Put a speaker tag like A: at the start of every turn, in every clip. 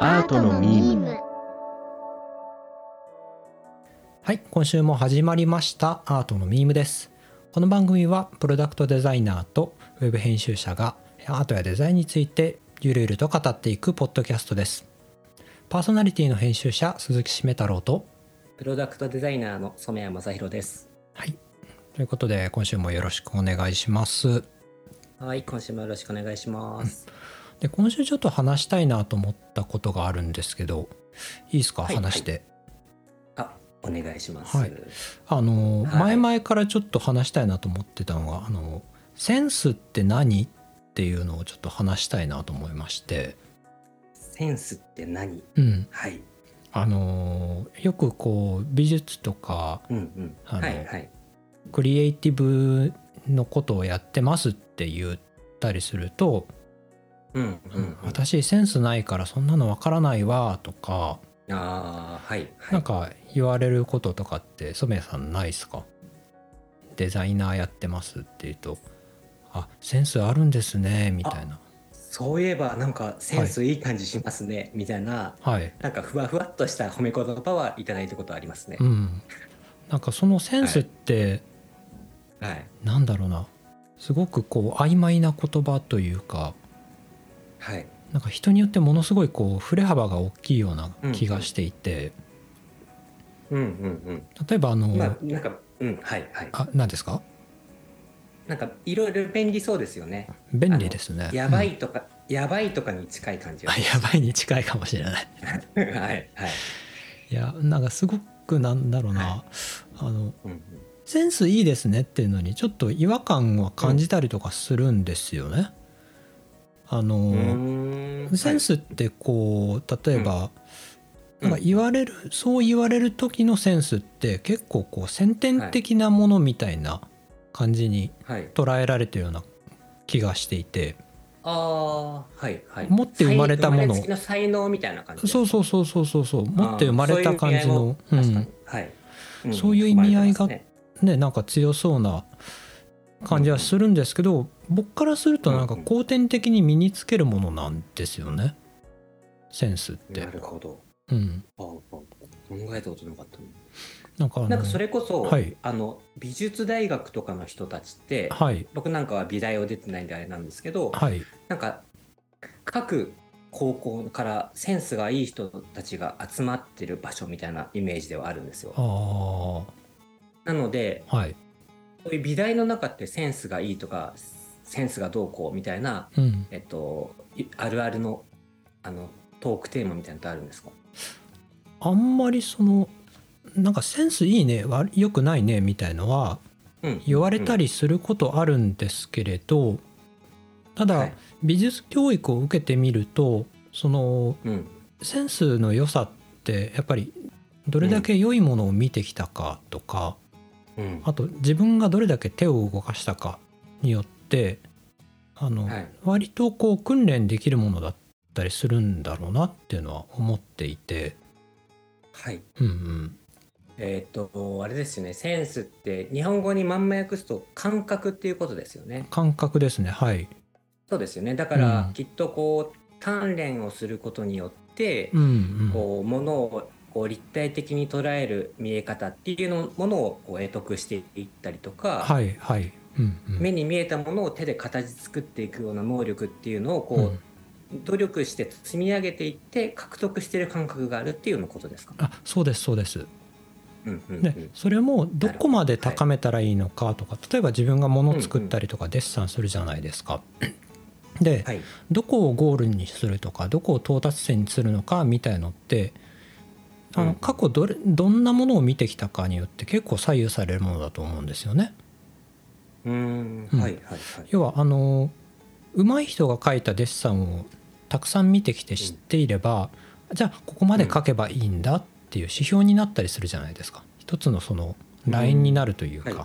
A: アートのミーム
B: はい、今週も始まりましたアートのミームです。この番組はプロダクトデザイナーとウェブ編集者がアートやデザインについてゆるゆると語っていくポッドキャストです。パーソナリティの編集者鈴木しめ太郎と
C: プロダクトデザイナーの染谷正宏です。
B: はい、ということで今週もよろしくお願いします。
C: はい、今週もよろしくお願いします。
B: で今週ちょっと話したいなと思ったことがあるんですけど、いいですか
C: はい
B: 話して。
C: あ、お願いします。
B: はいあの、
C: は
B: 前
C: い
B: 々からちょっと話したいなと思ってたのがあのセンスって何っていうのをちょっと話したいなと思いまして、
C: センスって何？
B: うん、
C: はい、
B: あのよくこう美術とか
C: うんうん。
B: あの
C: はいはい。
B: クリエイティブのことをやってますって言ったりすると
C: うん
B: 「
C: うん。
B: 私センスないからそんなのわからないわ」とか、
C: ああ、はいはい。
B: なんか言われることとかって染谷さんないですかデザイナーやってますって言うと「あセンスあるんですね」みたいな。
C: そういえばなんかセンスいい感じしますね、みたいな。
B: はい、
C: なんかふわふわっとした褒め言葉はいただいたことありますね
B: う。ん、なんかそのセンスって、
C: はい
B: なんだろうなすごくこう曖昧な言葉というか
C: はい。
B: なんか人によってものすごいこう振れ幅が大きいような気がしていて、
C: うんうん
B: 例えばあの、
C: うん。まあ
B: あ、
C: なんかうんはいはい。
B: 何ですか
C: なんかいろいろ便利そうですよね。
B: 便利ですね
C: やば
B: うん
C: いとか、やばいとかに近い感じが
B: あ。やばいに近いかもしれない
C: はいはい。
B: いやなんかすごくなんだろうな、
C: は
B: あの
C: うんうん
B: センスいいですねっていうのにちょっと違和感は感じたりとかするんですよね、あの、センスってこう例えば、
C: うん
B: なんか言われるそう言われる時のセンスって結構こう先天的なものみたいな感じに
C: はい、
B: 捉えられてるような気がしていて、
C: ああはいはい
B: 持って生まれたもの
C: 才生まれつきの才能みたいな感じ
B: そうそうそうそうそうそう持って生まれた感じの
C: う
B: うんん
C: 確かにはい、ん
B: そういう意味合いが
C: 生まれて
B: ね、なんか強そうな感じはするんですけど、僕からするとなんか後天的に身につけるものなんですよねセンスっ
C: ますね
B: て
C: な。るほど
B: うん、
C: ああ考えたことなかったな
B: なんかあの
C: なんかそれこそ、
B: はい
C: あの美術大学とかの人たちって
B: はい
C: 僕なんかは美大を出てないんであれなんですけど、
B: はい
C: なんか各高校からセンスがいい人たちが集まってる場所みたいなイメージではあるんですよ
B: あー
C: なので
B: はい、
C: そういう美大の中ってセンスがいいとかセンスがどうこうみたいな、
B: うん、
C: えっと、いあるあるのあのトークテーマみたいなのってあるんですか
B: あんまりそのなんかセンスいいね悪良くないねみたいのは
C: うん
B: 言われたりすることあるんですけれど、ただ、
C: はい
B: 美術教育を受けてみるとその
C: うん
B: センスの良さってやっぱりどれだけ良いものを見てきたかとか、
C: うん
B: あと自分がどれだけ手を動かしたかによってあの、
C: はい
B: 割とこう訓練できるものだったりするんだろうなっていうのは思っていて、
C: はい
B: うんうん、
C: えっとあれですよねセンスって日本語にまんま訳すと感覚っていうことですよね
B: 感覚ですねはい。
C: そうですよねだから
B: うん
C: きっとこう鍛錬をすることによって、
B: うんうん、
C: こうものをこう立体的に捉える見え方っていうのものをこう得得していったりとか、
B: はいはい。うんうん、
C: 目に見えたものを手で形作っていくような能力っていうのを
B: う
C: こ
B: ん
C: う、努力して積み上げていって獲得してる感覚があるっていうようなことですか、
B: あそうですそうです。
C: うんうんうん
B: でそれもどこまで高めたらいいのかとか例えば自分が物を作ったりとかデッサンするじゃないですか。で
C: はい
B: どこをゴールにするとかどこを到達点にするのかみたいのってあ
C: う
B: の
C: ん
B: 過去どれどんなものを見てきたかによって結構左右されるものだと思うんですよね。
C: うーん
B: うん
C: はいはいはい
B: 要はあの上手い人が描いたデッサンをたくさん見てきて知っていれば、じゃあここまで描けばいいんだっていう指標になったりするじゃないですか一つのそのラインになるという
C: うんは
B: か、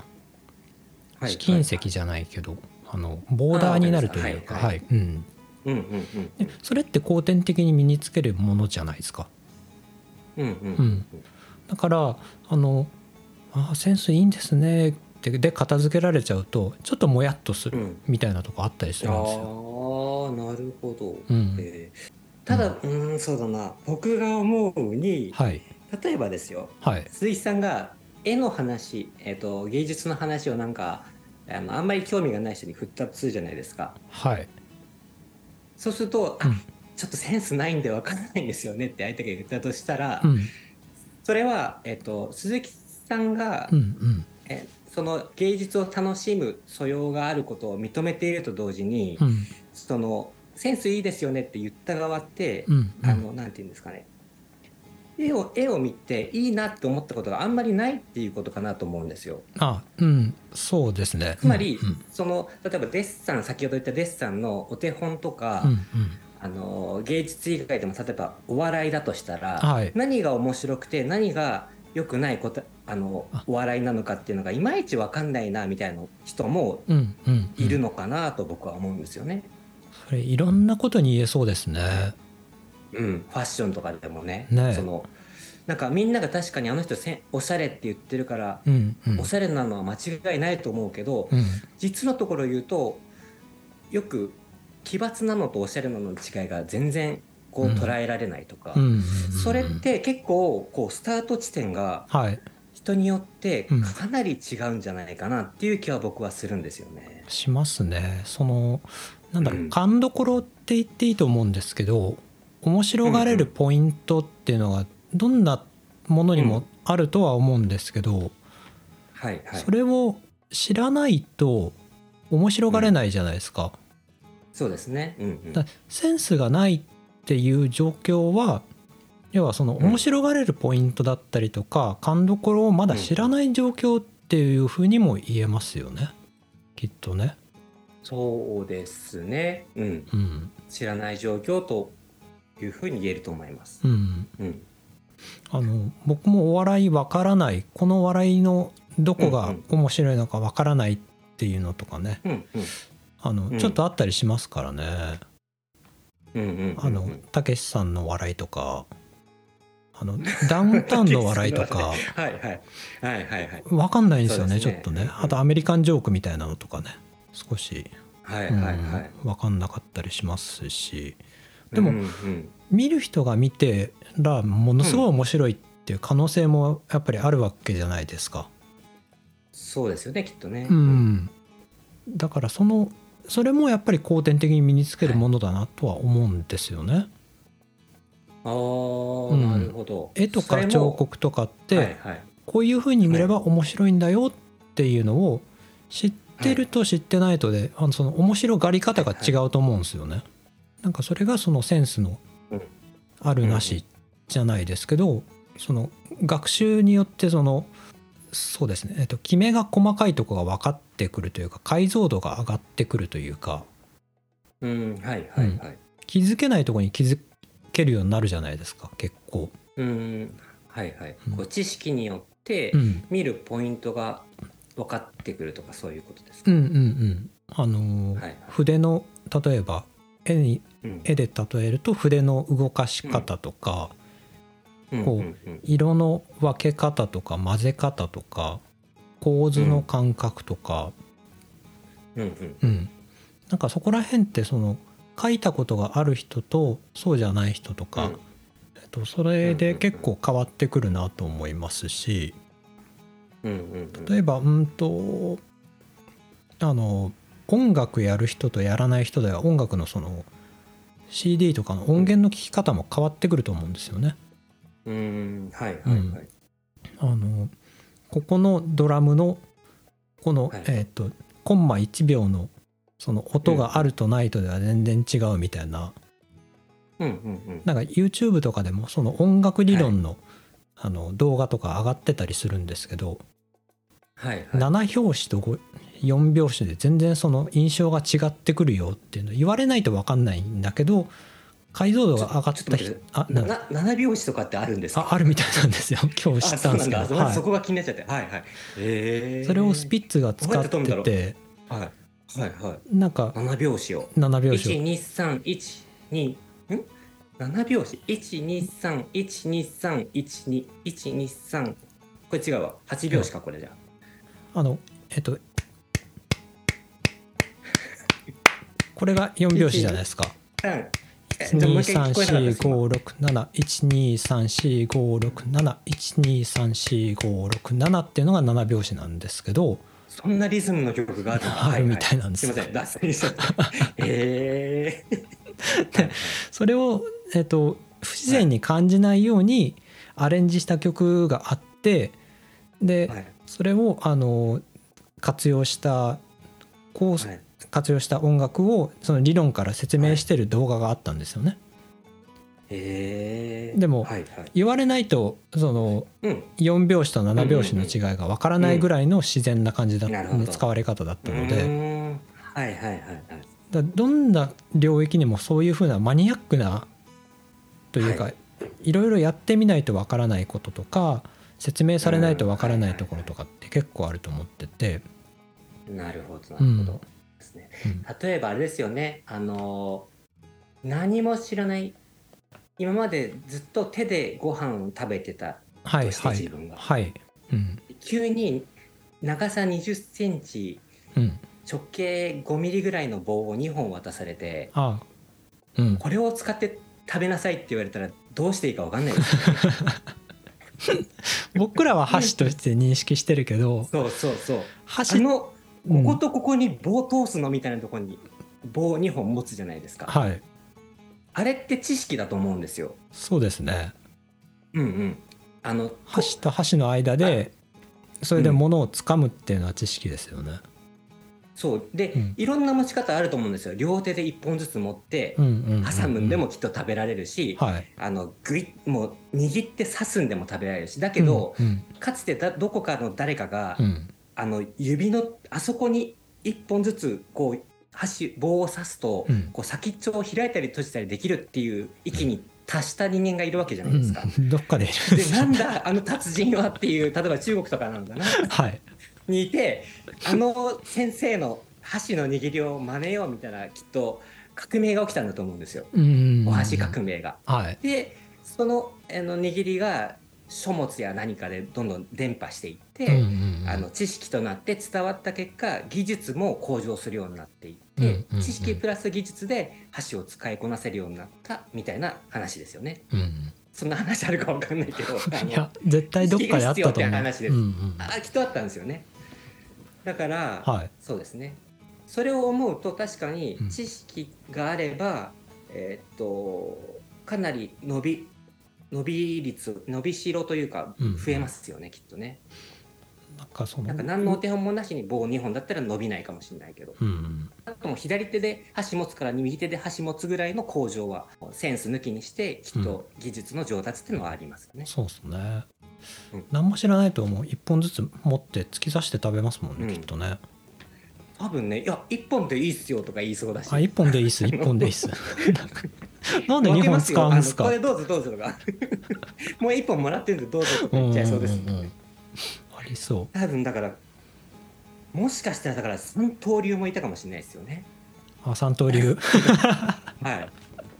C: はい
B: 試金石じゃないけど、あのボーダーになるというか
C: あーわ
B: はいうん
C: うんうんうん
B: でそれって後天的に身につけるものじゃないですか
C: うんうんうん
B: だからあのあーセンスいいんですねってで片付けられちゃうとちょっともやっとす
C: う
B: る
C: ん
B: みたいなとこあったりす
C: あ
B: るんですよ。
C: あなるほど、
B: うん
C: えただ、うーん、そうだな。僕が思うに、
B: はい
C: 例えばですよ、
B: はい
C: 鈴木さんが絵の話、えっ、と、芸術の話をなんか、あの、あんまり興味がない人に振ったとするじゃないですか。
B: はい
C: そうすると、あ
B: うん
C: ちょっとセンスないんでわからないんですよねって相手が言ったとしたら、
B: うん
C: それは、えっ、と、鈴木さんが、
B: うんうん
C: えその芸術を楽しむ素養があることを認めていると同時に、
B: うん
C: そのセンスいいですよねって言った側って、
B: うんう
C: あ
B: ん
C: のなんて言うんですかね絵を絵を見ていいなって思ったことがあんまりないっていうことかなと思うんですよ。
B: あうんそうですね
C: つまり、
B: うん
C: その例えばデッサン先ほど言ったデッサンのお手本とか、
B: うんうん
C: あの芸術以外でも例えばお笑いだとしたら、
B: はい
C: 何が面白くて何が良くないことあの
B: あ
C: お笑いなのかっていうのがいまいち分かんないなみたいな人も
B: うんうんうんうん
C: いるのかなと僕は思うんですよね。
B: それいろんなことに言えそうですね
C: うん、ファッションとかでもね
B: ねえ
C: そのなんかみんなが確かにあの人せんおしゃれって言ってるから、
B: うんうん
C: おしゃれなのは間違いないと思うけど、
B: うん
C: 実のところ言うとよく奇抜なのとおしゃれなのの違いが全然こう
B: うん
C: 捉えられないとか、
B: うんうんうん
C: それって結構こうスタート地点が
B: はい
C: 人によって
B: うん
C: かなり違うんじゃないかなっていう気は僕はするんですよね。
B: しますねそのなんだろ
C: う
B: うん勘どころって言っていいと思うんですけど面白がれるポイントっていうのがどんなものに
C: う
B: も
C: ん
B: あるとは思うんですけど、
C: はいはい、
B: それを知らないと面白がれないじゃないですか。
C: そうですね、うんうん
B: だセンスがないっていう状況は要はその
C: うん
B: 面白がれるポイントだったりとか勘どころをまだ知らない状況っていうふうにも言えますよねきっとね。
C: そうですね、うん、
B: うん
C: 知らない状況というふうに言えると思います。
B: うん
C: うん、
B: あの僕もお笑いわからないこの笑いのどこ
C: うん
B: が面白いのかわからないっていうのとかね
C: うん、うん、
B: あの、
C: うん
B: ちょっとあったりしますからね
C: うんうん、うん
B: あのたけしさんの笑いとかあのダウンタウンの笑いとか
C: はいはい、はいはいはい、
B: わかんないんですよね
C: そうです
B: ちょ
C: ね
B: っとね
C: うん
B: あとアメリカンジョークみたいなのとかね少し、
C: はいうは
B: ん
C: いはい。
B: わかんなかったりしますしでも
C: うんうん、
B: 見る人が見てらものすごい面白いっていう可能性もやっぱりあるわけじゃないですか。
C: そうですよね、きっとね。
B: う、ん、だからそのそれもやっぱり後天的に身につけるものだなとは思うんですよね。
C: ああ、
B: うん
C: なるほど。
B: 絵と
C: そ
B: か
C: れも
B: 彫刻とかって、
C: はいはい、
B: こういう風に見れば面白いんだよっていうのを知ってると知ってないとで、あのその面白がり方が違うと思うんですよね。なんかそれがそのセンスの
C: うん
B: あるなしじゃないですけど、その学習によってそのそうですね、えっと、キメが細かいとこが分かってくるというか解像度が上がってくるというか。
C: うん、はいはいはい。
B: 気づけないところに気づけるようになるじゃないですか結構、
C: うん、はいはい
B: うん。
C: こう知識によって
B: うん、
C: 見るポイントが分かってくるとかそういうことです
B: う
C: か。
B: んうんうんあのー
C: はいはい
B: 筆の例えば絵に
C: うん、
B: 絵で例えると筆の動かし方とか、
C: うん
B: こう
C: うんうん
B: 色の分け方とか混ぜ方とか構図の感覚とか、
C: うんうん、
B: うんなんかそこら辺ってその書いたことがある人とそうじゃない人とか、
C: うん
B: えっと、それで結構変わってくるなと思いますし。
C: うんうんうん、
B: 例えばうんとあの音楽やる人とやらない人では音楽のその CD とかの音源の聴き方も変わってくると思うんですよね。
C: うん、はいはいはい。
B: あのここのドラムのこの、
C: はい
B: えっとコンマ1秒のその音があるとないとでは全然違うみたいな
C: うんうん
B: なんか YouTube とかでもその音楽理論の,、あの動画とか上がってたりするんですけど、
C: はいはい。
B: 7拍子と5 4拍子で全然その印象が違ってくるよっていうの言われないと分かんないんだけど解像度が上がっ
C: ちょちょ
B: た
C: っと待っ
B: 人
C: て
B: あな
C: な七拍子とかってあるんですか
B: ああるみたいなんですよ今日知
C: あ
B: った
C: そうん
B: で
C: な
B: すけ
C: んだ
B: ど、
C: そう
B: はい、
C: そこが気になっちゃってはいはいえー
B: それをスピッツが使っ
C: どうや
B: て
C: って撮る
B: て
C: はいはいはい
B: なんか
C: 七拍子を
B: 7拍子を
C: 一二三一二ん七拍子一二三一二三一二一二三これ違うわ八拍子かこれじゃ
B: あのえっとこれが4拍子じゃないですか
C: 三じゃあもう一回聞こえなかったです今
B: 123456712345671234567っていうのが7拍子なんですけど
C: そんなリズムの曲があるの
B: あるみたいなんです
C: す
B: よ
C: いません脱線しちゃった ええ
B: それを、えっと不自然に感じないようにアレンジした曲があってで、
C: はい
B: それをあの活用したこう
C: はい
B: 活用した音楽をその理論から説明してる動画があったんですよね。
C: ええ
B: でも
C: はいはい
B: 言われないとその
C: うん
B: 4拍子と7拍子の違いがわからないぐらいの自然な感じだ、
C: うんなるほど
B: 使われ方だったの
C: うー
B: で
C: んはいはいはいはい
B: だどんな領域にもそういうふうなマニアックなというか、、
C: はい
B: ろいろやってみないとわからないこととか説明されないとわからないところとかって結構あると思ってて。
C: なるほどな
B: う
C: る
B: ん
C: ほどですね
B: うん
C: 例えばあれですよねあの何も知らない今までずっと手でご飯を食べてた
B: はい
C: として
B: は
C: 自
B: い
C: 分が
B: はい。うん
C: 急に長さ2 0センチ
B: うん、
C: 直径5ミリぐらいの棒を2本渡されて
B: あうん、
C: これを使って食べなさいって言われたらどうしていいか 分かんないです
B: 僕らは箸として認識してるけど
C: そうそうそうあ
B: 箸
C: の
B: う
C: こ
B: ん
C: ことここに棒通すのみたいなところに棒2本持つじゃないですか
B: はい
C: あれって知識だと思うんですよ
B: そうですね
C: うんうんあのこ
B: 箸と箸の間でそれで物をつかむっていうのは知識ですよね。
C: そうで、
B: うん
C: いろんな持ち方あると思うんですよ両手で1本ずつ持って
B: うんうんうんうん
C: 挟むんでもきっと食べられるし、
B: はい
C: あのグイッもう握って刺すんでも食べられるしだけど、
B: うん
C: かつてだどこかの誰かが、
B: うん
C: あの指のあそこに1本ずつこう箸棒を刺すと、
B: うん
C: こう先っちょを開いたり閉じたりできるっていう域に達した人間がいるわけじゃ
B: う
C: ないですか。
B: ん、どっかでいるんで
C: ですな
B: よ
C: んだあの達人はっていう例えば中国とかなんだな
B: はい
C: にいてあの先生の箸の握りを真似ようみたいなきっと革命が起きたんだと思うんですよ
B: うん
C: お箸革命が。
B: はい
C: でそのあの握りが書物や何かでどんどん伝播していって、
B: うんうんうん
C: あの知識となって伝わった結果技術も向上するようになっていって、
B: うんうんうん
C: 知識プラス技術で箸を使いこなせるようになったみたいな話ですよね。
B: うん
C: そんな話あるかわかんないけどあの
B: いや絶対どっかであったと
C: 知識が必要って
B: 思う
C: 話です
B: うんうん
C: あきっとあったんですよね。だから、
B: はい
C: そうですね。それを思うと確かに
B: うん
C: 知識があれば、えーっとかなり伸び伸び率伸びしろというか
B: うん
C: 増えますよね、きっとね。
B: なんかその
C: なんか何のお手本もなしに棒2本だったら伸びないかもしれないけど、
B: うんうん
C: あとも左手で箸持つから右手で箸持つぐらいの向上はセンス抜きにしてきっと技術の上達っていうのはありますよね。
B: そうですね
C: うん
B: 何も知らないと思う一本ずつ持って突き刺して食べますもん
C: うん
B: ねきっとね
C: 多分ねいや1本でいいっすよとか言いそうだし。
B: あ、一本でいいっす、一本でいいっ す。なんで
C: 分
B: 二
C: けま
B: 本
C: すよ
B: 使うんですか
C: あの。これどうぞどうぞとか もう一本もらってるんでどうぞとか言っちゃいそうです、
B: んんんんありそ
C: 多分だからもしかしたらだから三刀流もいたかもしれないですよね
B: う。あ、三刀 流。
C: はい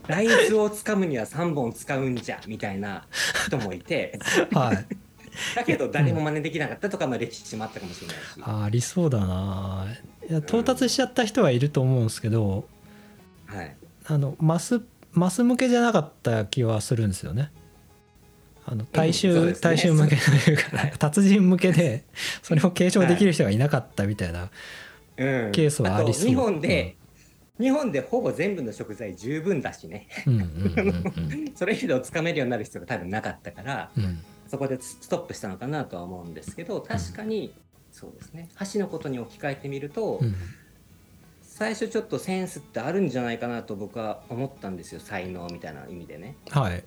C: 大豆を掴むには3本使うんじゃみたいな人もいて
B: はい。
C: だけど誰も真似できなかったとかの歴史もあったかもしれないし、
B: あ、ありそうだな。いや、到達しちゃった人はいると思うんですけど。
C: はい、
B: あの、マス、マス向けじゃなかった気はするんですよね。あの大衆、
C: そうですね
B: 大衆向けというか、
C: はい
B: 達人向けでそれを継承できる人がいなかったみたい な、
C: うん、
B: ケースはありそう
C: と日本で、日本でほぼ全部の食材十分だしね
B: うんうんうんうん
C: それ以上掴めるようになる必要が多分なかったから
B: うん
C: そこでストップしたのかなとは思うんですけど確かにそうですね箸のことに置き換えてみると、
B: うん
C: 最初ちょっとセンスってあるんじゃないかなと僕は思ったんですよ才能みたいな意味でね
B: はい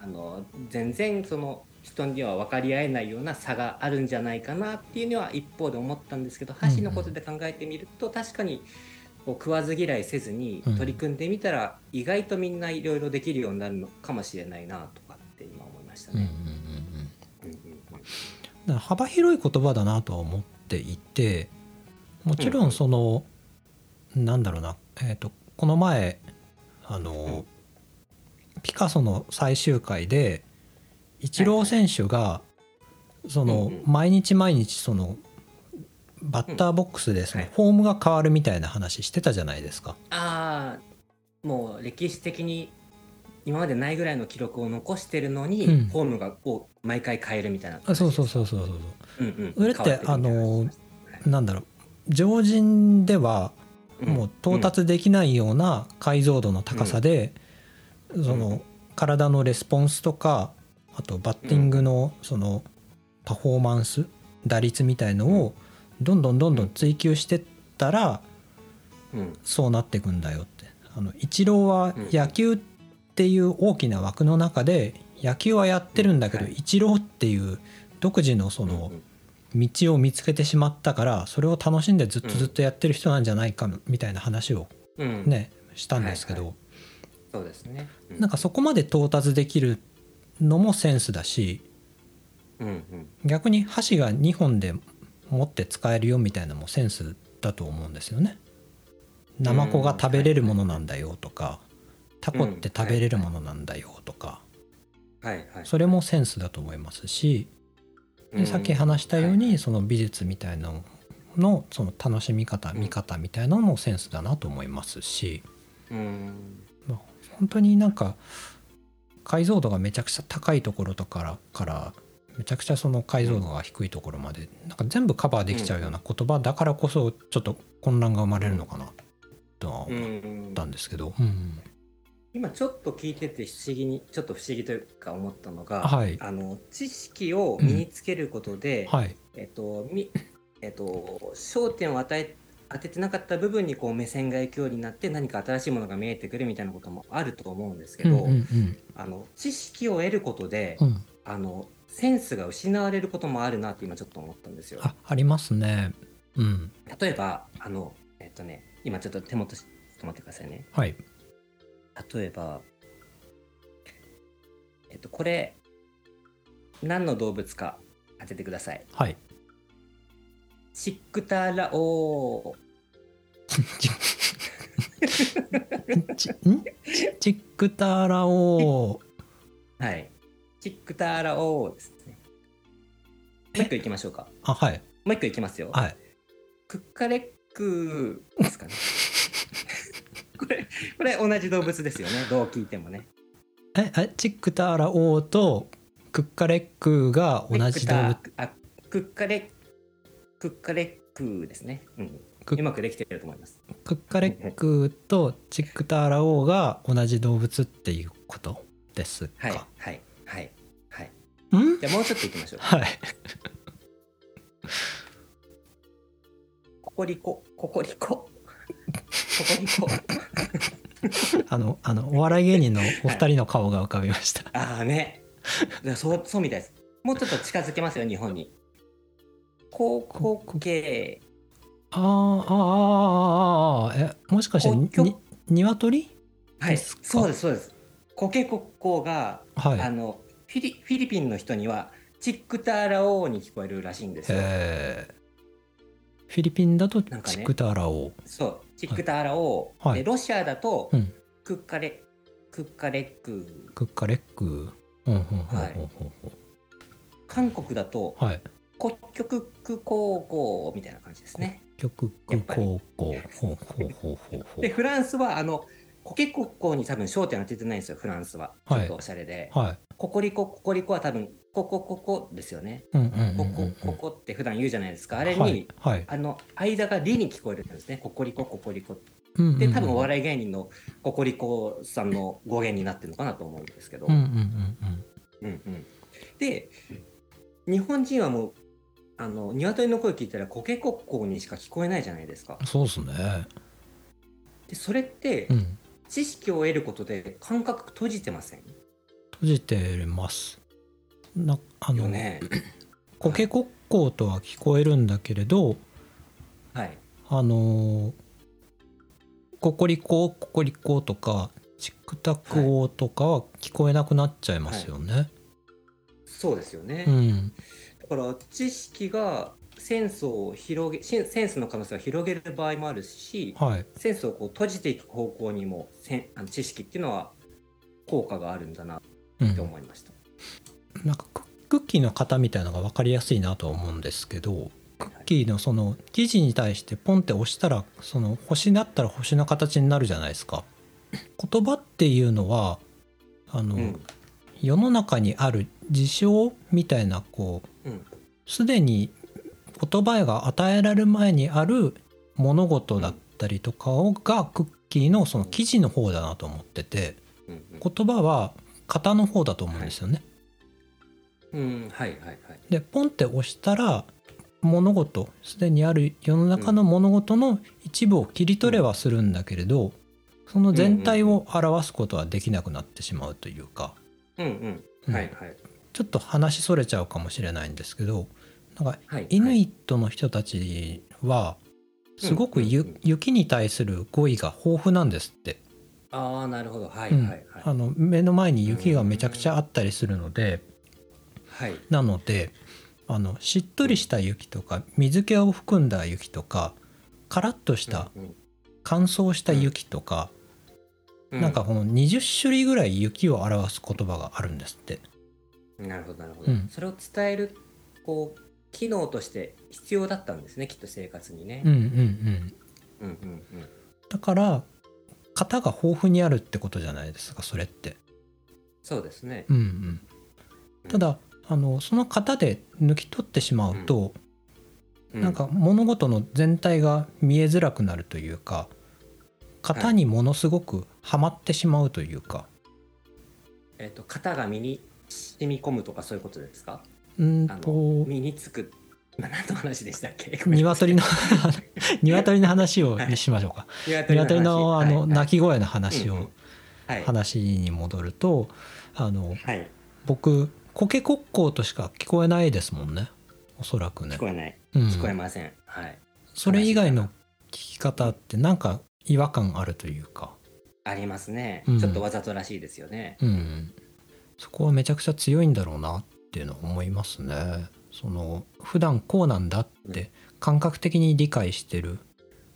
C: あの全然その人には分かり合えないような差があるんじゃないかなっていうのは一方で思ったんですけど箸のことで考えてみると確かにこう食わず嫌いせずに
B: うん
C: 取り組んでみたら意外とみんないろいろできるようになるのかもしれないなとかって今思いました
B: うんうんうん
C: ね。
B: うん
C: うんうんうん
B: だから幅広い言葉だなとは思っていてもちろんその、なんだろうな、えー、とこの前あの、ピカソの最終回でイチロー選手がその、
C: うんうん
B: 毎日毎日そのバッターボックスでその、
C: はい
B: フォームが変わるみたいな話してたじゃないですか。
C: ああもう歴史的に今までないぐらいの記録を残してるのに、
B: うん
C: フォームがこう毎回変えるみたいな
B: あそうそうそうそうそうそう
C: うんうん
B: それって
C: 変わるみたいな
B: あのなんだろう常人ではもう到達できないような解像度の高さで、その体のレスポンスとかあとバッティングのそのパフォーマンス打率みたいのをどんどんどんどん追求してったら
C: うんうん
B: そうなってくんだよってあのイチローは
C: うん
B: 野球っていう大きな枠の中で野球はやってるんだけど
C: はい
B: イチローっていう独自のその
C: うん
B: 道を見つけてしまったからそれを楽しんでずっとずっとやってる人なんじゃないかみたいな話を
C: うん、
B: ねしたんですけど
C: そうですね、う
B: なんかそこまで到達できるのもセンスだし
C: うんうん
B: 逆に箸が2本で持って使えるよみたいなのもセンスだと思うんですよね。ナマコが食べれるものなんだよとかタコって食べれるものなんだよとか
C: はいはい
B: それもセンスだと思いますし
C: う
B: で
C: ん
B: さっき話したよう
C: はい
B: にその美術みたいなののその楽しみ方
C: うん
B: 見方みたいなのもセンスだなと思いますし
C: うん
B: 本当になんか解像度がめちゃくちゃ高いところとかからからめちゃくちゃその解像度が低いところまでなんか全部カバーできちゃうような言葉だからこそちょっと混乱が生まれるのかなとは思
C: う
B: っ
C: ん
B: たんですけど、うん
C: 今ちょっと聞いてて不思議にちょっと不思議というか思ったのが、
B: はい
C: あの知識を身につけることで、
B: はい
C: えっとみえっと焦点を与え当ててなかった部分にこう目線が行くようになって何か新しいものが見えてくるみたいなこともあると思うんですけ
B: うんう
C: ど、
B: んうん
C: あの知識を得ることで、
B: うん
C: あのセンスが失われることもあるなって今ちょっと思ったんですよ。
B: あありますねうん
C: 例えばあのえっとね今ちょっと手元しちょっと待ってくださいね。
B: はい
C: 例えばえっとこれ何の動物か当ててください。
B: はい
C: シックタラオー
B: ちち んチックタラオ
C: はい。チックターラオーですね。
B: え
C: もう一個行きましょうか。
B: あはい
C: もう一個行きますよ。
B: はい
C: クッカレックで すかね。これ、これ同じ動物ですよね。どう聞いてもね。
B: ええチックタラオとクッカレックが同じ動物
C: クッカあ、クッカレック、クッカレックですね。うん。
B: ク
C: うまくできてると思います。
B: クッカレックとチックタラオが同じ動物っていうことですか、
C: はい、はい、はい、はい。
B: ん
C: じゃあもうちょっと行きましょう。
B: はい
C: ココリコ、ココリ コ。ココリコ。
B: あのあのお笑い芸 人のお二人の顔が浮かびました、
C: ああね。だからそう、そうみたいです。もうちょっと近づけますよ、日本に。高校系。
B: あーあーあーあーあーえもしかしてに
C: 国
B: に
C: 境
B: 鶏
C: はい、
B: ですか
C: そうです、そうです。コケ国交が、あ
B: はい
C: の、フィリ、フィリピンの人には。チックターラオーに聞こえるらしいんですよ。
B: えーフィリピンだとチ
C: なんか
B: ッ
C: ね
B: クタラオ、
C: そう、チックターラオー、
B: はい
C: で、ロシアだと、
B: うん
C: クッカレ、クッカレック。
B: クッカレックうんうんうんうん
C: はい韓国だと、
B: うんはい
C: 国極空港みたいな感じですね。
B: 極
C: や
B: 空
C: っぱり
B: 高校ほうほうほうほうほ
C: で、フランスは、あの。コケ国交に多分焦点当ててないんですよ、フランスは。ちょ
B: はい
C: っとおしゃれで。
B: うはい
C: ココリコ、ココリコは多分、ココココですよね。
B: うんうんうんう
C: コ
B: んう
C: コ
B: ん
C: ココって普段言うじゃないですか。あれに、
B: はいはい
C: あの、間がリに聞こえるんですね。ココリコ、ココリコって。
B: うんうんうん
C: で、多分お笑い芸人のココリコさんの語源になってるのかなと思うんですけど。
B: うんうんうん
C: うんうんで、日本人はもう、あの、鶏の声聞いたらコケコッコーにしか聞こえないじゃないですか
B: う。んそうですね
C: で、それって
B: う、ん
C: 知識を得ることで感覚閉じてません
B: 閉じてますなあ
C: よ
B: の
C: ね。
B: コケ国交とは聞こえるんだけれど
C: はい。
B: あのーココリコココリコとかチクタクオとかは聞こえなくなっちゃいますよね、
C: そうですよね。
B: うん
C: だから知識がセンスを広げセンセンスの可能性を広げる場合もあるし
B: はい
C: センスをこう閉じていく方向にもせんあの知識っていうのは効果があるんだなっ
B: うん
C: て思いました。
B: なんかククッキーの型みたいのが分かりやすいなとは思うんですけどクッキーのその生地に対してポンって押したらその星だったら星の形になるじゃないですか言葉っていうのはあ
C: う
B: の、
C: ん
B: 世の中にある事象みたいなこう
C: うん
B: すでに言葉が与えられる前にある物事だったりとかをがクッキーのその記事の方だなと思ってて
C: うん
B: 言葉は型の方だと思うんですよね。
C: うん、うんはいはいはい
B: でポンって押したら物事すでにある世の中の物事の一部を切り取れはするんだけれど、その全体を表すことはできなくなってしまうというか、
C: うん
B: う
C: うん
B: ん
C: はいはい
B: ちょっと話それちゃうかもしれないんですけどなんか
C: はい
B: イヌ
C: はい
B: イットの人たちはすごく
C: うんうんう
B: ゆ
C: ん
B: 雪に対する語彙が豊富なんですって、
C: ああなるほどはい
B: うん
C: はいはい
B: あの目の前に雪がめちゃくちゃあったりするので、
C: はい
B: なのであのしっとりした雪とか水気を含んだ雪とかカラッとした
C: うん
B: 乾燥した雪とか、
C: う
B: なんかこの20種類ぐらい雪を表す言葉があるんですって。
C: なるほどなるほど、
B: うん
C: それを伝えるこう機能として必要だったんですねきっと生活にね
B: うん、うんうん、
C: うんうんうん
B: だから型が豊富にあるってことじゃないですかそれって。
C: そうですね
B: うんうん、ただあのその型で抜き取ってしまうと、
C: う
B: なんか物事の全体が見えづらくなるというか型にものすごくはまってしまうというか。
C: えっ、と型が身に染み込むとかそういうことですか
B: うん
C: あの
B: と
C: 身につく今何の話でしたっ け
B: 鶏の鶏の話をしましょう か鶏のあの鳴
C: 泣き
B: き声の話を
C: はいはい
B: 話に戻るとあの
C: はい
B: 僕コケコッコーとしか聞こえないですもんねおそらくね
C: 聞こえない
B: うん
C: 聞こえません、はい
B: それ以外の聞き方ってなんか違和感あるというか
C: ありますね、
B: うん
C: ちょっとわざとらしいですよね
B: うんそこはめちゃくちゃ強いんだろうなっていうのは思いますねその普段こうなんだって感覚的に理解してる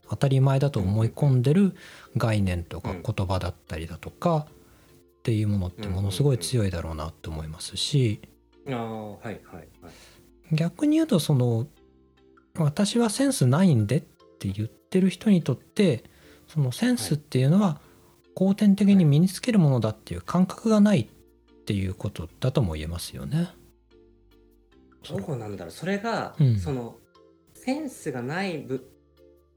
B: 当たり前だと思い込んでる概念とか
C: うん
B: 言葉だったりだとかっていうものってものすごい強いだろうなって思いますし
C: ああはいはいはい
B: 逆に言うとその私はセンスないんでって言ってる人にとってそのセンスっていうのは後天的に身につけるものだっていう感覚がないっていうことだとも言えますよね。
C: どうなんだろうそれが、
B: うん
C: そのセンスがないぶ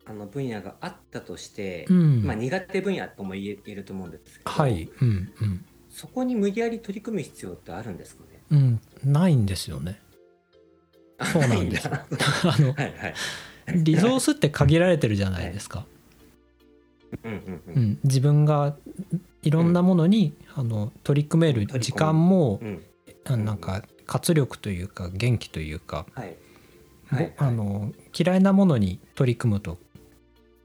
C: あの分野があったとして、
B: うん、
C: まあ、苦手分野とも言え言えると思うんですけど、
B: はい、うん
C: そこに無理やり取り組む必要ってあるんですかね
B: うんうん、ないんですよね。そうなんですよ。
C: ないんだ
B: あの
C: はいはい。
B: リゾースって限られてるじゃないですか。
C: うんうんう
B: うんん、自分がいろんなものに、あの取り組める時間も、
C: うん。
B: あなんか活力というか元気というか、
C: はい。
B: ぼ
C: はいはい
B: あの嫌いなものに取り組むと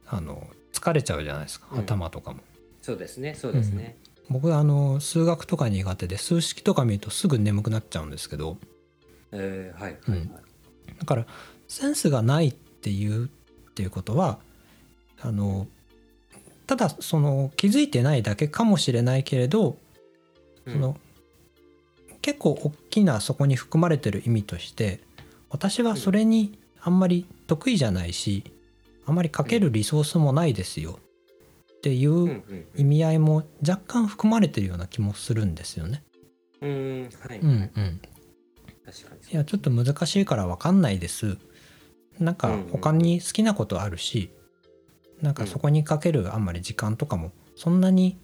B: あの疲れちゃうじゃないですか
C: うん
B: 頭とかも、
C: そうですね、そうですね。
B: 僕あの数学とか苦手で数式とか見るとすぐ眠くなっちゃうんですけど
C: えー、はい。
B: うん
C: はいはい
B: だからセンスがないっていうっていうことはあのただその気づいてないだけかもしれないけれどその、結構大きなそこに含まれてる意味として私はそれにあんまり得意じゃないしあんまりかけるリソースもないですよってい
C: うんう
B: うん
C: うん
B: 意味合いも若干含まれてるような気もするんですよね。
C: うん。うん、はい。
B: うんうん、
C: 確かにそう。
B: いやちょっと難しいからわかんないです。なん
C: うん
B: か
C: うん
B: 他に好きなことあるしなんかそこにかけるあんまり時間とかもそんなに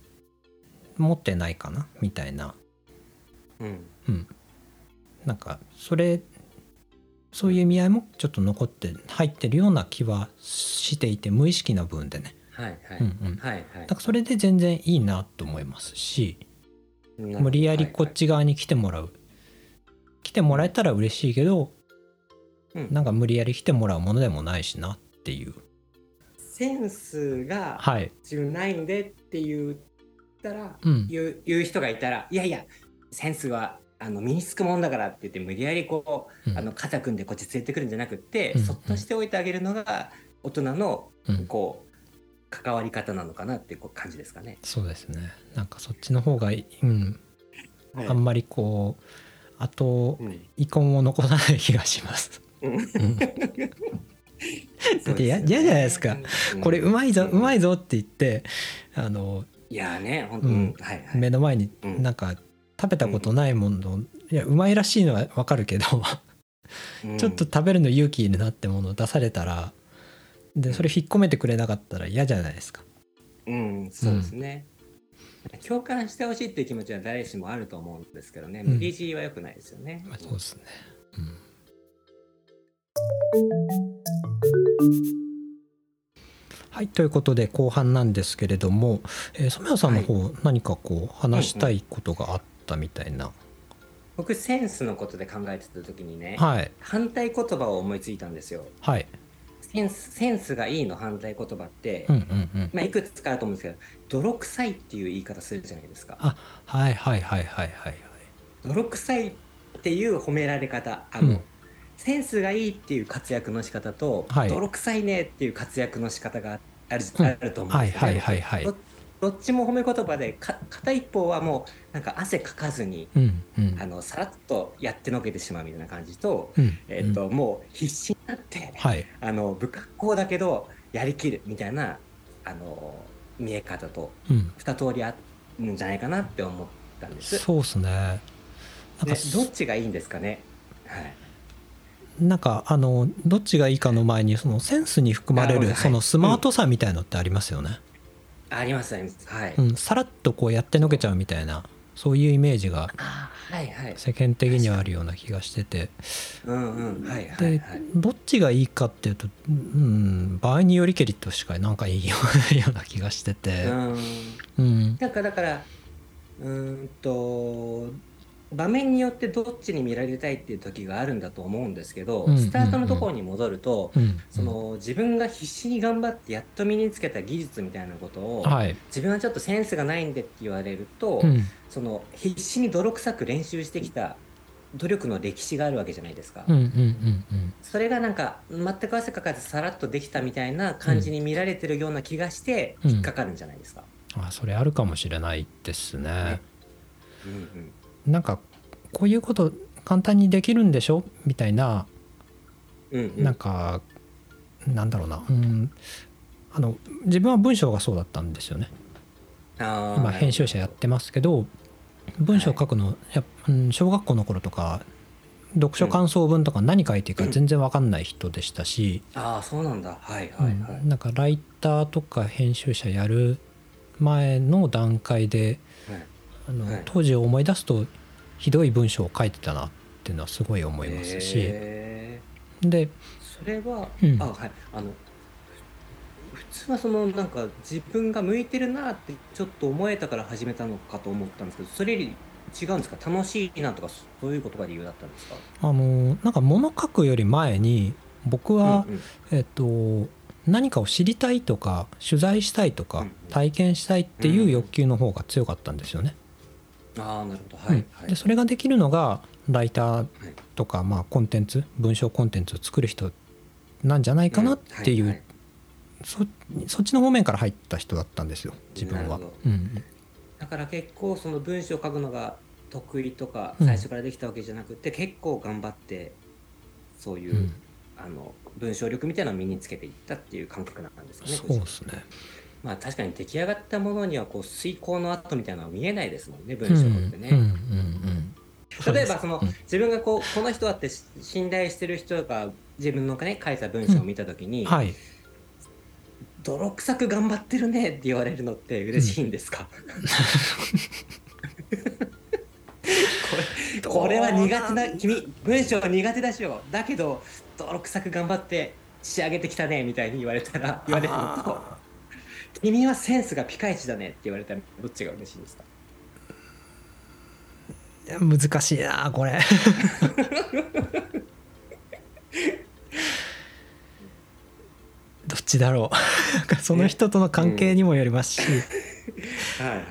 B: 持ってないかなみたいな
C: うん。
B: なんかそれそういう意味合いもちょっと残って入ってるような気はしていて無意識な部分でね、
C: はいは
B: うん
C: い。
B: うん、だ
C: はいはい。
B: からそれで全然いいなと思いますし
C: なるほど
B: 無理やりこっ。ち側に来てもらう来てもらえたら嬉しいけど
C: はいはいうん
B: なんか無理やり来てもらうものでもないしなっていう
C: センスが
B: はい、
C: 自分ないのでって言ったら、
B: うん、
C: 言う言う人がいたら、いやいや、センスはあの身につくもんだからって言って、無理やりこ
B: うん
C: う、あの肩組んでこっち連れてくるんじゃなくって、
B: うん
C: そっとしておいてあげるのが、大人の
B: うん
C: こう、関わり方なのかなってこう感じですかね。
B: そうですねなんかそっちの方がいい、うん、
C: はい
B: あんまりこうあと
C: うん
B: 遺恨を残さない気がします。
C: うん
B: うん
C: そうですよね
B: 嫌じゃないですか
C: うん
B: これうまいぞ
C: ん
B: うまいぞって言ってあの
C: いやーね本当、う
B: うん
C: ん、はいはい
B: 目の前に
C: うん
B: なんか食べたことないもの、いやうまいらしいのはわかるけど、
C: うん
B: ちょっと食べるの勇気になってものを出されたらでそれ引っ込めてくれなかったら嫌じゃないですか。
C: うん、そうですね。共感してほしいっていう気持ちは誰しもあると思うんですけどね、
B: うん
C: 無理強いは良くないですよね。
B: まあ、そうですね、うんはいということで後半なんですけれども、えー、染谷さんの方、何かこう話したいことがあったみたいな、
C: 僕、センスのことで考えてた時にね、
B: はい
C: 反対言葉を思いついたんですよ。
B: はい
C: センスセンスがいいの反対言葉って、
B: うんうんうん
C: まあ、いくつかあると思うんですけど、泥臭いっていう言い方するじゃないですか。
B: あはいはいはいはいはい
C: 泥臭いっていう褒められ方、あ
B: う
C: の、
B: ん
C: センスがいいっていう活躍の仕方と、
B: はい
C: 泥臭いねっていう活躍の仕方がある,、
B: うん
C: あると思うん
B: は
C: で
B: い
C: すよね。
B: はいはいはい
C: どどっちも褒め言葉でか片一方はもうなんか汗かかずに
B: うんうん
C: あのさらっとやってのけてしまうみたいな感じと,、
B: うん
C: えっともう必死になって
B: はい
C: あの不格好だけどやりきるみたいなあの見え方と
B: うん
C: 二通りあるんじゃないかなって思ったんです。
B: そうですねなん
C: ね
B: か、
C: どっちがいいんですかね、はい、
B: なんかあのどっちがいいかの前にそのセンスに含まれ
C: なるほ
B: る
C: どはい
B: そのスマートさみたいのってありますよね、
C: ありますありますはい、
B: うんさらっとこうやってのけちゃうみたいなそういうイメージが
C: あーはいはい
B: 世間的にはあるような気がしてて
C: うんうんはいはい
B: で
C: はい
B: どっちがいいかっていうと、うん、場合によりけりとしかなんかいいようような気がしてて、
C: うん
B: うん、
C: なんかだからうーんと場面によってどっちに見られたいっていう時があるんだと思うんですけど、
B: うん
C: スタートのところに戻ると、
B: うん、
C: その自分が必死に頑張ってやっと身につけた技術みたいなことを、
B: はい、
C: 自分はちょっとセンスがないんでって言われると、
B: うん、
C: その必死に泥臭く練習してきた努力の歴史があるわけじゃないですか。
B: うんうんうんうん
C: それがなんか全く汗かかずさらっとできたみたいな感じに見られてるような気がして
B: うん
C: 引っかかるんじゃないですか。
B: あそれあるかもしれないですね
C: ね。うんうん
B: なんかこういうこと簡単にできるんでしょみたいな
C: うんうん
B: なんか、なんだろうな、うん、あの自分は文章がそうだったんですよね。
C: あー
B: 今編集者やってますけど文章書くの、やっぱうん小学校の頃とか読書感想文とか何書いていいか全然わかんない人でしたし、
C: ああそうなんだはいはいはい、
B: うんなんかライターとか編集者やる前の段階で
C: はい
B: あの、
C: はい
B: 当時を思い出すとひどい文章を書いてたなっていうのはすごい思いますし、
C: へ
B: で、
C: ーそれは、
B: うん
C: あはいあのふ普通はそのなんか自分が向いてるなってちょっと思えたから始めたのかと思ったんですけどそれより違うんですか楽しいなとかそそういうことが理由だったんですか
B: あのなんか物書くより前に僕は、
C: うんうん
B: えっと、何かを知りたいとか取材したいと
C: うん
B: か
C: うん
B: 体験したいっていう欲求の方が強かったんですよね。
C: ああなるほどはい、
B: うん
C: はい
B: でそれができるのがライターとか、まあ、コンテンツ文章コンテンツを作る人なんじゃないかなっていう、
C: んはは
B: そそっちの方面から入った人だったんですよ自分
C: な
B: は
C: るほど。
B: うん
C: だから結構その文章を書くのが得意とか
B: うん
C: 最初からできたわけじゃなくて、結構頑張ってそういう、
B: うん
C: あの文章力みたいなのを身につけていったっていう感覚なんですかね。
B: そうですね。
C: まあ確かに出来上がったものにはこう遂行の跡みたいなのは見えないですもんね文
B: うんう
C: 章
B: ん
C: ってね。
B: うんうんそう
C: 例え
B: です
C: ばその、
B: うん
C: 自分がこうこの人だってし信頼してる人が自分のね書いた文章を見た時に、
B: はい、
C: 泥臭く頑張ってるねって言われるのって嬉しいんです か、これこれは苦手な君文章苦手だしよだけど泥臭く頑張って仕上げてきたねみたいに言われたら言われるのと
B: あ
C: 君はセンスがピカイチだねって言われたらどっちが嬉しいんですか
B: ー難しいなこれ。 どっちだろうなんかその人との関係にもよりますし、
C: はいはい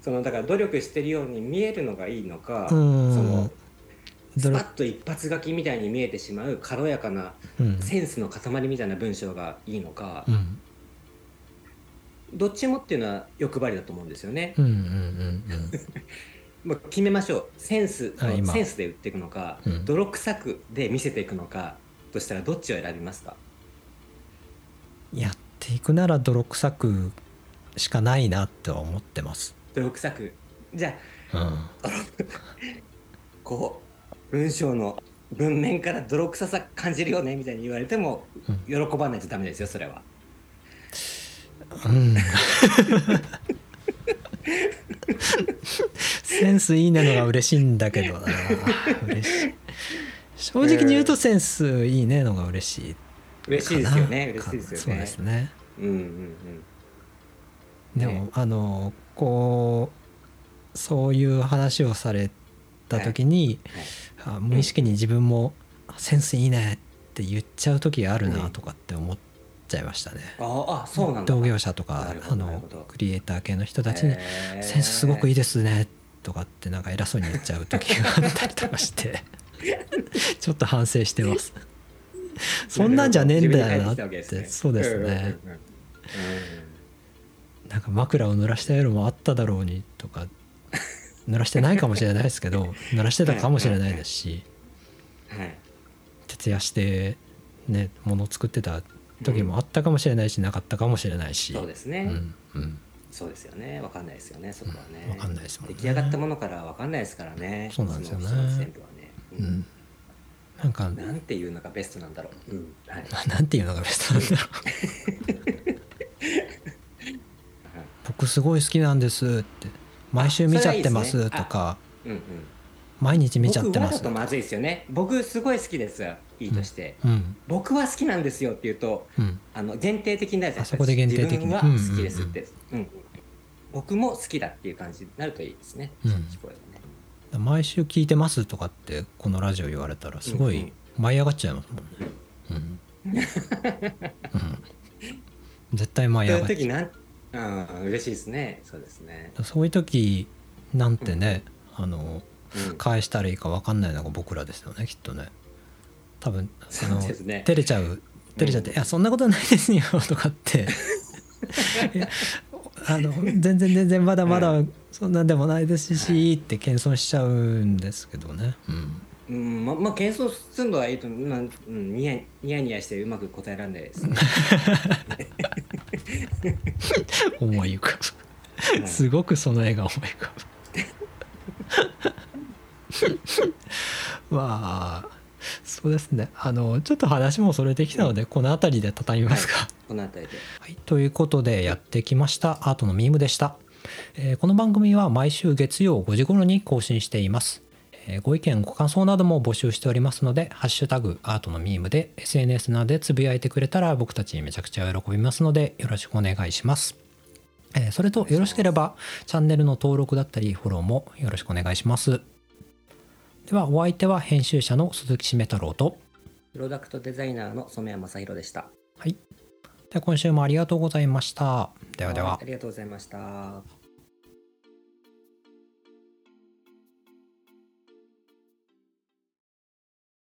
C: そのだから努力してるように見えるのがいいのか、
B: うん
C: その
B: ど
C: ス
B: れ
C: パッと一発書きみたいに見えてしまう軽やかな
B: うん
C: センスの塊みたいな文章がいいのか
B: う、ん
C: どっちもっていうのは欲張りだと思うんですよね。
B: うんうんうん
C: まあ、決めましょうセンス、
B: あ今
C: センスで売っていくのか、
B: うん
C: 泥臭くで見せていくのかとしたらどっちを選びますか
B: うんやっていくなら泥臭くしかないなとは思ってます。
C: 泥臭くじゃあ
B: うん、
C: こう文章の文面から泥臭さ感じるよねみたいに言われても
B: うん
C: 喜ばないとダメですよそれは
B: うん、センスいいねのが嬉しいんだけどな嬉しい正直に言うとセンスいいねのが嬉しいか
C: 嬉しいで
B: な
C: すよね嬉しいです
B: そう
C: よ
B: で
C: ね
B: すね
C: うんうんうん
B: でも、
C: ね
B: あのこうそういう話をされた時に、あ無意識に自分も「センスいいね」って言っちゃう時あるなとかって思っちゃいましたね、
C: ああそうなんだ
B: 同業者とか
C: なるほど
B: あ
C: なる
B: の
C: ほど
B: クリエイター系の人たちに
C: へ
B: 「
C: ー
B: センスすごくいいですね」とかってなんか偉そうに言っちゃう時があったりとかして ちょっと反省してますそんなんじゃねえんだよなってそうですね
C: うんうんうん
B: なんか枕を濡らした夜もあっただろうにとか濡らしてないかもしれないですけ ど濡らしてたかもしれないですし
C: うんはい
B: 徹夜してね物を作ってた時もあったかもしれないし、なかったかもしれないし
C: そうですね、
B: うんうん
C: そうですよねわかんないですよねそこはね、
B: うんわかんないですもんね
C: 出来上がったものからわかんないですからね
B: そうなんですよね
C: その全部はね、
B: う
C: うん
B: ん、なんか
C: なんていうのがベストなんだろう、うんはい
B: ななんていうのがベストなんだろう 僕すごい好きなんですって毎週見ちゃってま
C: それい
B: すと
C: いですね
B: か
C: うんうん、
B: 毎日見ちゃって
C: 僕は
B: ま
C: だ
B: す
C: とまずいですよね僕すごい好きですいいとして、
B: うん
C: 僕は好きなんですよっていうと
B: うん
C: あの限定的になるじゃないです
B: あそ
C: か
B: こで限定的に
C: 自分は好きですって、うん僕も好きだっていう感じになるといいですね、
B: うん
C: 聞こえるね
B: 毎週聞いてますとかってこのラジオ言われたらすご
C: うんう
B: い
C: ん
B: 舞い上がっちゃいますもんねうん、うん絶対舞い上が
C: そう
B: っ
C: いう時
B: ちゃ
C: なんうん嬉しいですねそうですね、
B: うそういう時なんてね、あの
C: うん
B: 返したらいいか分かんないのが僕らですよねきっとね多分あ
C: そう
B: の
C: ですね
B: 照れちゃう照れちゃって「いやそんなことないですよ」とかって いやあの全然全然まだまだそんなんでもないですしって謙遜しちゃうんですけどね、うん、
C: うん、ま、まあ、謙遜するのはいいと思う、まあうん、ニヤニヤニヤしてうまく答えられない ですね。
B: 思い浮かぶすごくその絵が思い浮かぶまあそうですねあのちょっと話もそれてきたので、この辺りで畳みますか、
C: この辺りで。
B: はい、ということでやってきましたアートのミームでした、えーこの番組は毎週月曜5時頃に更新しています、えーご意見ご感想なども募集しておりますので「ハッシュタグアートのミームで」SNS などでつぶやいてくれたら僕たちめちゃくちゃ喜びますのでよろしくお願いしますえーそれとよろしければチャンネルの登録だったりフォローもよろしくお願いしますではお相手は編集者の鈴木しめ太郎と
C: プロダクトデザイナーの染谷正弘でした。
B: はいでは今週もありがとうございましたではでは
C: ありがとうございました。